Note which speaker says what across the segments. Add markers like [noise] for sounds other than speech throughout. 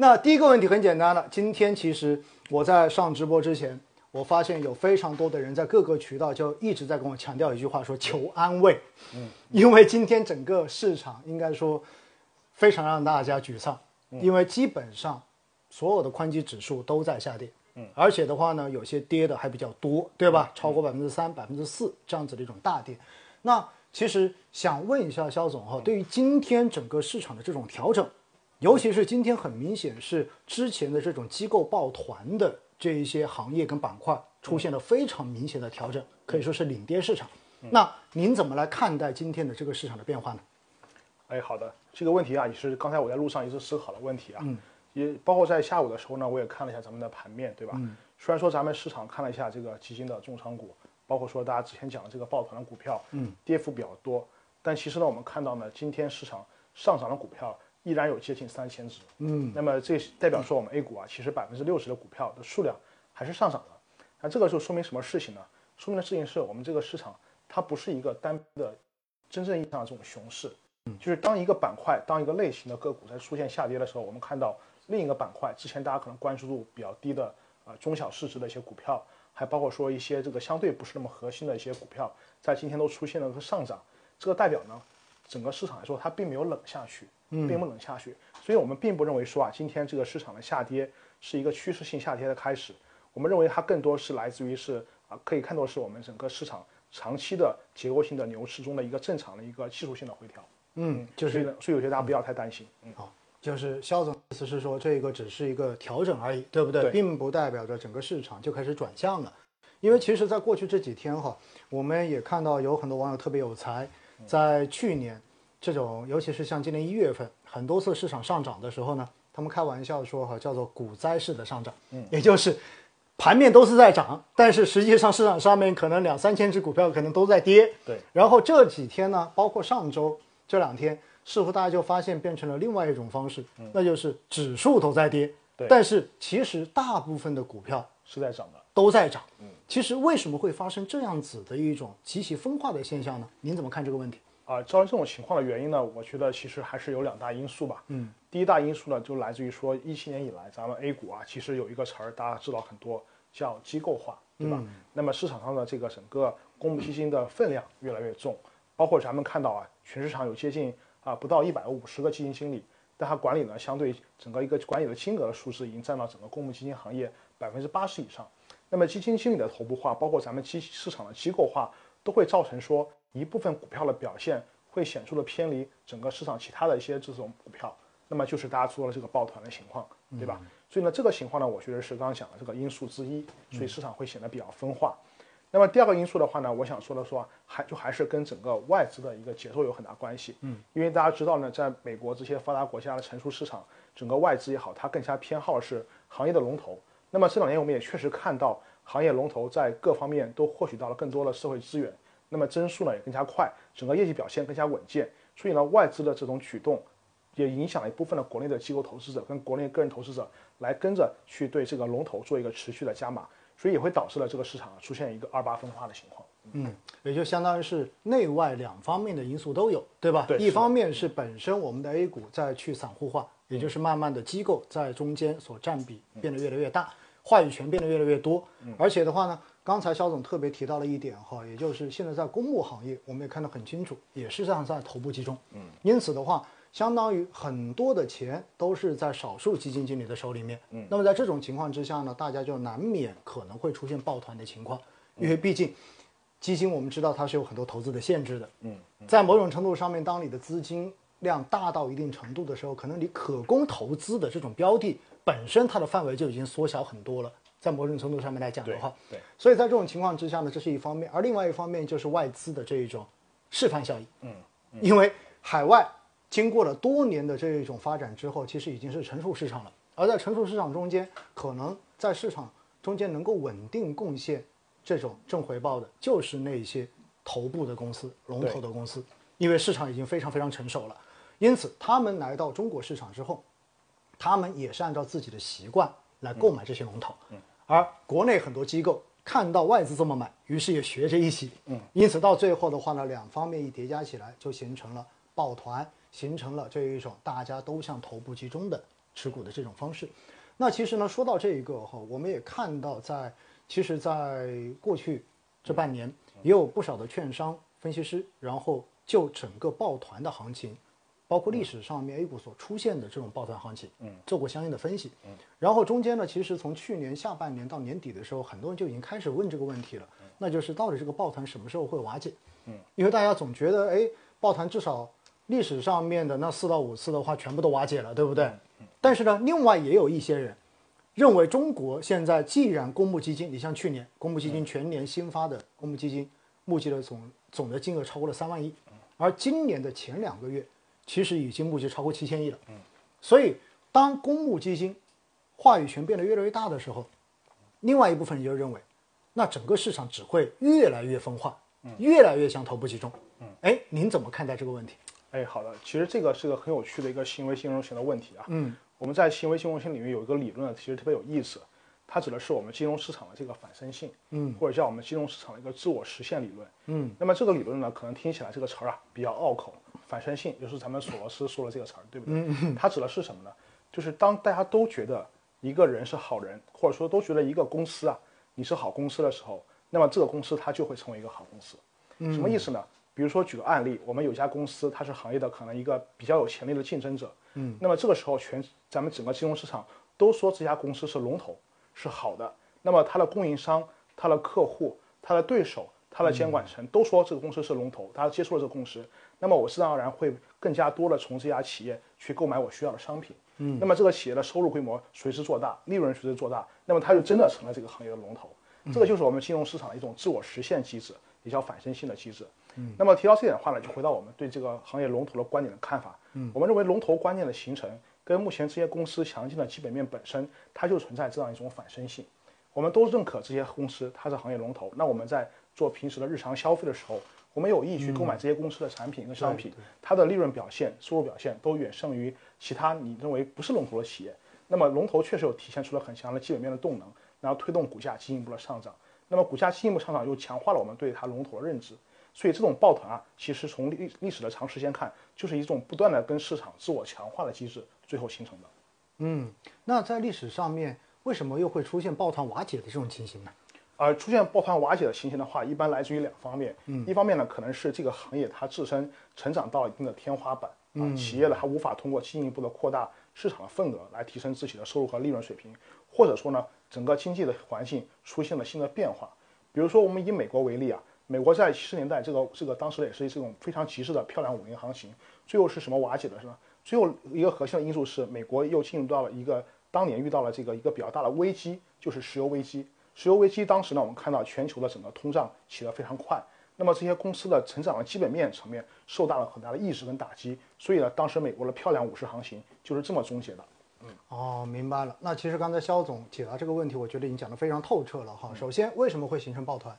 Speaker 1: 那第一个问题很简单了，今天其实我在上直播之前，我发现有非常多的人在各个渠道就一直在跟我强调一句话，说求安慰。嗯，因为今天整个市场应该说非常让大家沮丧，因为基本上所有的宽基指数都在下跌。嗯，而且的话呢，有些跌的还比较多，对吧？超过百分之三、百分之四这样子的一种大跌。那其实想问一下肖总哈，对于今天整个市场的这种调整，尤其是今天很明显是之前的这种机构抱团的这一些行业跟板块出现了非常明显的调整，可以说是领跌市场。那您怎么来看待今天的这个市场的变化呢？
Speaker 2: 哎，好的，这个问题啊，也是刚才我在路上一直思考的问题啊，也包括在下午的时候呢，我也看了一下咱们的盘面，对吧？虽然说咱们市场看了一下这个基金的重仓股，包括说大家之前讲的这个抱团的股票，嗯，跌幅比较多，但其实呢，我们看到呢，今天市场上涨的股票依然有接近三千只，嗯，那么这代表说我们 A 股啊，其实百分之六十的股票的数量还是上涨的，那这个就说明什么事情呢？说明的事情是我们这个市场它不是一个单的真正意义上的这种熊市，就是当一个板块、当一个类型的个股在出现下跌的时候，我们看到另一个板块之前大家可能关注度比较低的啊、呃中小市值的一些股票，还包括说一些这个相对不是那么核心的一些股票，在今天都出现了个上涨。这个代表呢，整个市场来说它并没有冷下去，并没有冷下去。所以我们并不认为说啊，今天这个市场的下跌是一个趋势性下跌的开始，我们认为它更多是来自于是啊，可以看作是我们整个市场长期的结构性的牛市中的一个正常的一个技术性的回调。
Speaker 1: 嗯，就是
Speaker 2: 所以呢所以我觉得大家不要太担心。嗯，
Speaker 1: 好，就是肖总意思是说，这个只是一个调整而已，对不对？
Speaker 2: 对
Speaker 1: 并不代表着整个市场就开始转向了，因为其实，在过去这几天哈，我们也看到有很多网友特别有才，
Speaker 2: 嗯
Speaker 1: 在去年这种，尤其是像今年一月份，很多次市场上涨的时候呢，他们开玩笑说哈，叫做股灾式的上涨，嗯， [laughs] 也就是。盘面都是在涨，但是实际上市场上面可能两三千只股票可能都在跌，
Speaker 2: 对。
Speaker 1: 然后这几天呢，包括上周这两天，似乎大家就发现变成了另外一种方式，那就是指数都在跌，
Speaker 2: 嗯对
Speaker 1: 但是其实大部分的股票
Speaker 2: 是在涨的。
Speaker 1: 都在涨。其实为什么会发生这样子的一种极其分化的现象呢？您怎么看这个问题？
Speaker 2: 啊，造成这种情况的原因呢，我觉得其实还是有两大因素吧。嗯，第一大因素呢，就来自于说一七年以来，咱们 A 股啊，其实有一个词儿大家知道很多，叫机构化，对吧？那么市场上的这个整个公募基金的分量越来越重，包括咱们看到啊，全市场有接近啊不到一百五十个基金经理，但它管理呢，相对整个一个管理的金额的数字已经占到整个公募基金行业百分之八十以上。那么基金经理的头部化，包括咱们基市场的机构化，都会造成说一部分股票的表现会显著的偏离整个市场其他的一些这种股票，那么就是大家说的这个抱团的情况，对吧？所以呢，这个情况呢，我觉得是刚刚讲的这个因素之一，所以市场会显得比较分化。那么第二个因素的话呢，我想说的说啊，还就还是跟整个外资的一个节奏有很大关系。嗯，因为大家知道呢，在美国这些发达国家的成熟市场，整个外资也好，它更加偏好是行业的龙头。那么这两年我们也确实看到，行业龙头在各方面都获取到了更多的社会资源，那么增速呢也更加快，整个业绩表现更加稳健。所以呢，外资的这种举动，也影响了一部分的国内的机构投资者跟国内个人投资者来跟着去对这个龙头做一个持续的加码，所以也会导致了这个市场出现一个二八分化的情况。
Speaker 1: 嗯，也就相当于是内外两方面的因素都有，对吧？
Speaker 2: 对
Speaker 1: 一方面是本身我们的 A 股在去散户化，也就是慢慢的机构在中间所占比变得越来越大，话语权变得越来越多。而且的话呢，刚才肖总特别提到了一点哈，也就是现在在公募行业，我们也看得很清楚，也是这样在头部集中。嗯，因此的话。相当于很多的钱都是在少数基金经理的手里面，嗯，那么在这种情况之下呢，大家就难免可能会出现抱团的情况，因为毕竟基金我们知道它是有很多投资的限制的，嗯，在某种程度上面，当你的资金量大到一定程度的时候，可能你可供投资的这种标的本身它的范围就已经缩小很多了，在某种程度上面来讲的话，
Speaker 2: 对对
Speaker 1: 所以在这种情况之下呢，这是一方面，而另外一方面就是外资的这一种示范效应，嗯，因为海外经过了多年的这一种发展之后，其实已经是成熟市场了，而在成熟市场中间，可能在市场中间能够稳定贡献这种正回报的，就是那些头部的公司、龙头的公司，因为市场已经非常非常成熟了。因此，他们来到中国市场之后，他们也是按照自己的习惯来购买这些龙头。而国内很多机构看到外资这么买，于是也学着一起。嗯，因此到最后的话呢，两方面一叠加起来，就形成了抱团，形成了这一种大家都向头部集中的持股的这种方式。那其实呢，说到这一个哈，我们也看到在，其实，在过去这半年，也有不少的券商分析师，然后就整个抱团的行情，包括历史上面 A 股所出现的这种抱团行情，嗯，做过相应的分析。嗯，然后中间呢，其实从去年下半年到年底的时候，很多人就已经开始问这个问题了，那就是到底这个抱团什么时候会瓦解？嗯，因为大家总觉得，哎，抱团至少历史上面的那四到五次的话，全部都瓦解了，对不对？但是呢，另外也有一些人认为，中国现在既然公募基金，你像去年公募基金全年新发的公募基金募集的总总的金额超过了三万亿，而今年的前两个月其实已经募集超过七千亿了。所以当公募基金话语权变得越来越大的时候，另外一部分人就认为，那整个市场只会越来越分化，越来越向头部集中。哎，您怎么看待这个问题？
Speaker 2: 哎，好的，其实这个是个很有趣的一个行为金融学的问题啊。
Speaker 1: 嗯，
Speaker 2: 我们在行为金融学领域有一个理论，其实特别有意思，它指的是我们金融市场的这个反身性，嗯，或者叫我们金融市场的一个自我实现理论。嗯，那么这个理论呢，可能听起来这个词儿啊比较拗口，反身性就是咱们索罗斯说的这个词儿，对不对？嗯、它指的是什么呢？就是当大家都觉得一个人是好人，或者说都觉得一个公司啊你是好公司的时候，那么这个公司它就会成为一个好公司。什么意思呢？比如说举个案例，我们有一家公司，它是行业的可能一个比较有潜力的竞争者，嗯，那么这个时候全咱们整个金融市场都说这家公司是龙头，是好的，那么它的供应商、它的客户、它的对手、它的监管层都说这个公司是龙头，大家接受了这个共识，那么我自然而然会更加多的从这家企业去购买我需要的商品，嗯，那么这个企业的收入规模随之做大，利润随之做大，那么它就真的成了这个行业的龙头，这个就是我们金融市场的一种自我实现机制，也叫反身性的机制。那么提到这点的话呢，就回到我们对这个行业龙头的观点的看法。嗯，我们认为龙头观念的形成跟目前这些公司强劲的基本面本身，它就存在这样一种反身性。我们都认可这些公司它是行业龙头，那我们在做平时的日常消费的时候，我们有意去购买这些公司的产品跟商品，它的利润表现、收入表现都远胜于其他你认为不是龙头的企业。那么龙头确实有体现出了很强的基本面的动能，然后推动股价进一步的上涨。那么股价进一步上涨又强化了我们对它龙头的认知。所以这种抱团啊，其实从历历史的长时间看，就是一种不断的跟市场自我强化的机制最后形成的。
Speaker 1: 嗯，那在历史上面，为什么又会出现抱团瓦解的这种情形呢？
Speaker 2: 而出现抱团瓦解的情形的话，一般来自于两方面。嗯，一方面呢，可能是这个行业它自身成长到一定的天花板，啊，企业呢它无法通过进一步的扩大市场的份额来提升自己的收入和利润水平，或者说呢，整个经济的环境出现了新的变化。比如说，我们以美国为例啊。美国在七十年代，这个这个当时也是这种非常急势的漂亮五年行情，最后是什么瓦解的是呢？最后一个核心的因素是，美国又进入到了一个当年遇到了这个一个比较大的危机，就是石油危机。石油危机当时呢，我们看到全球的整个通胀起得非常快，那么这些公司的成长的基本面层面受到了很大的抑制跟打击，所以呢，当时美国的漂亮五十行情就是这么终结的。
Speaker 1: 哦，明白了。那其实刚才肖总解答这个问题，我觉得已经讲得非常透彻了
Speaker 2: 嗯
Speaker 1: 哈。首先，为什么会形成抱团？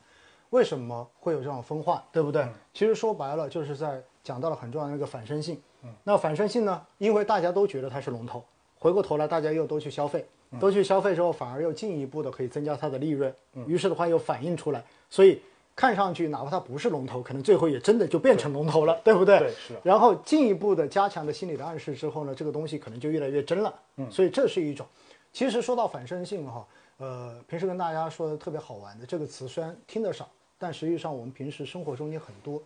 Speaker 1: 为什么会有这种分化，对不
Speaker 2: 嗯
Speaker 1: 对？其实说白了，就是在讲到了很重要的一个反身性。
Speaker 2: 嗯
Speaker 1: 那反身性呢，因为大家都觉得它是龙头，回过头来大家又都去消费，
Speaker 2: 嗯
Speaker 1: 都去消费之后，反而又进一步的可以增加它的利润，
Speaker 2: 嗯
Speaker 1: 于是的话又反映出来，所以看上去哪怕它不是龙头，可能最后也真的就变成龙头了，对不对？
Speaker 2: 对是的
Speaker 1: 然后进一步的加强的心理的暗示之后呢，这个东西可能就越来越真了。嗯，所以这是一种。其实说到反身性哈，呃，平时跟大家说的特别好玩的这个词，虽然听得少。但实际上我们平时生活中也很多。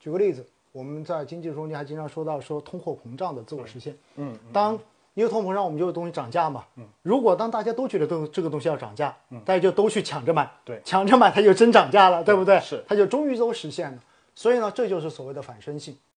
Speaker 1: 举个例子，我们在经济中间还经常说到说通货膨胀的自我实现。嗯，当因为通货膨胀，我们就有东西涨价嘛。嗯，如果当大家都觉得都这个东西要涨价，嗯，大家就都去抢着买，
Speaker 2: 对，
Speaker 1: 抢着买它就真涨价了，对不对？
Speaker 2: 是
Speaker 1: 它就终于都实现了。所以呢，这就是所谓的反身性。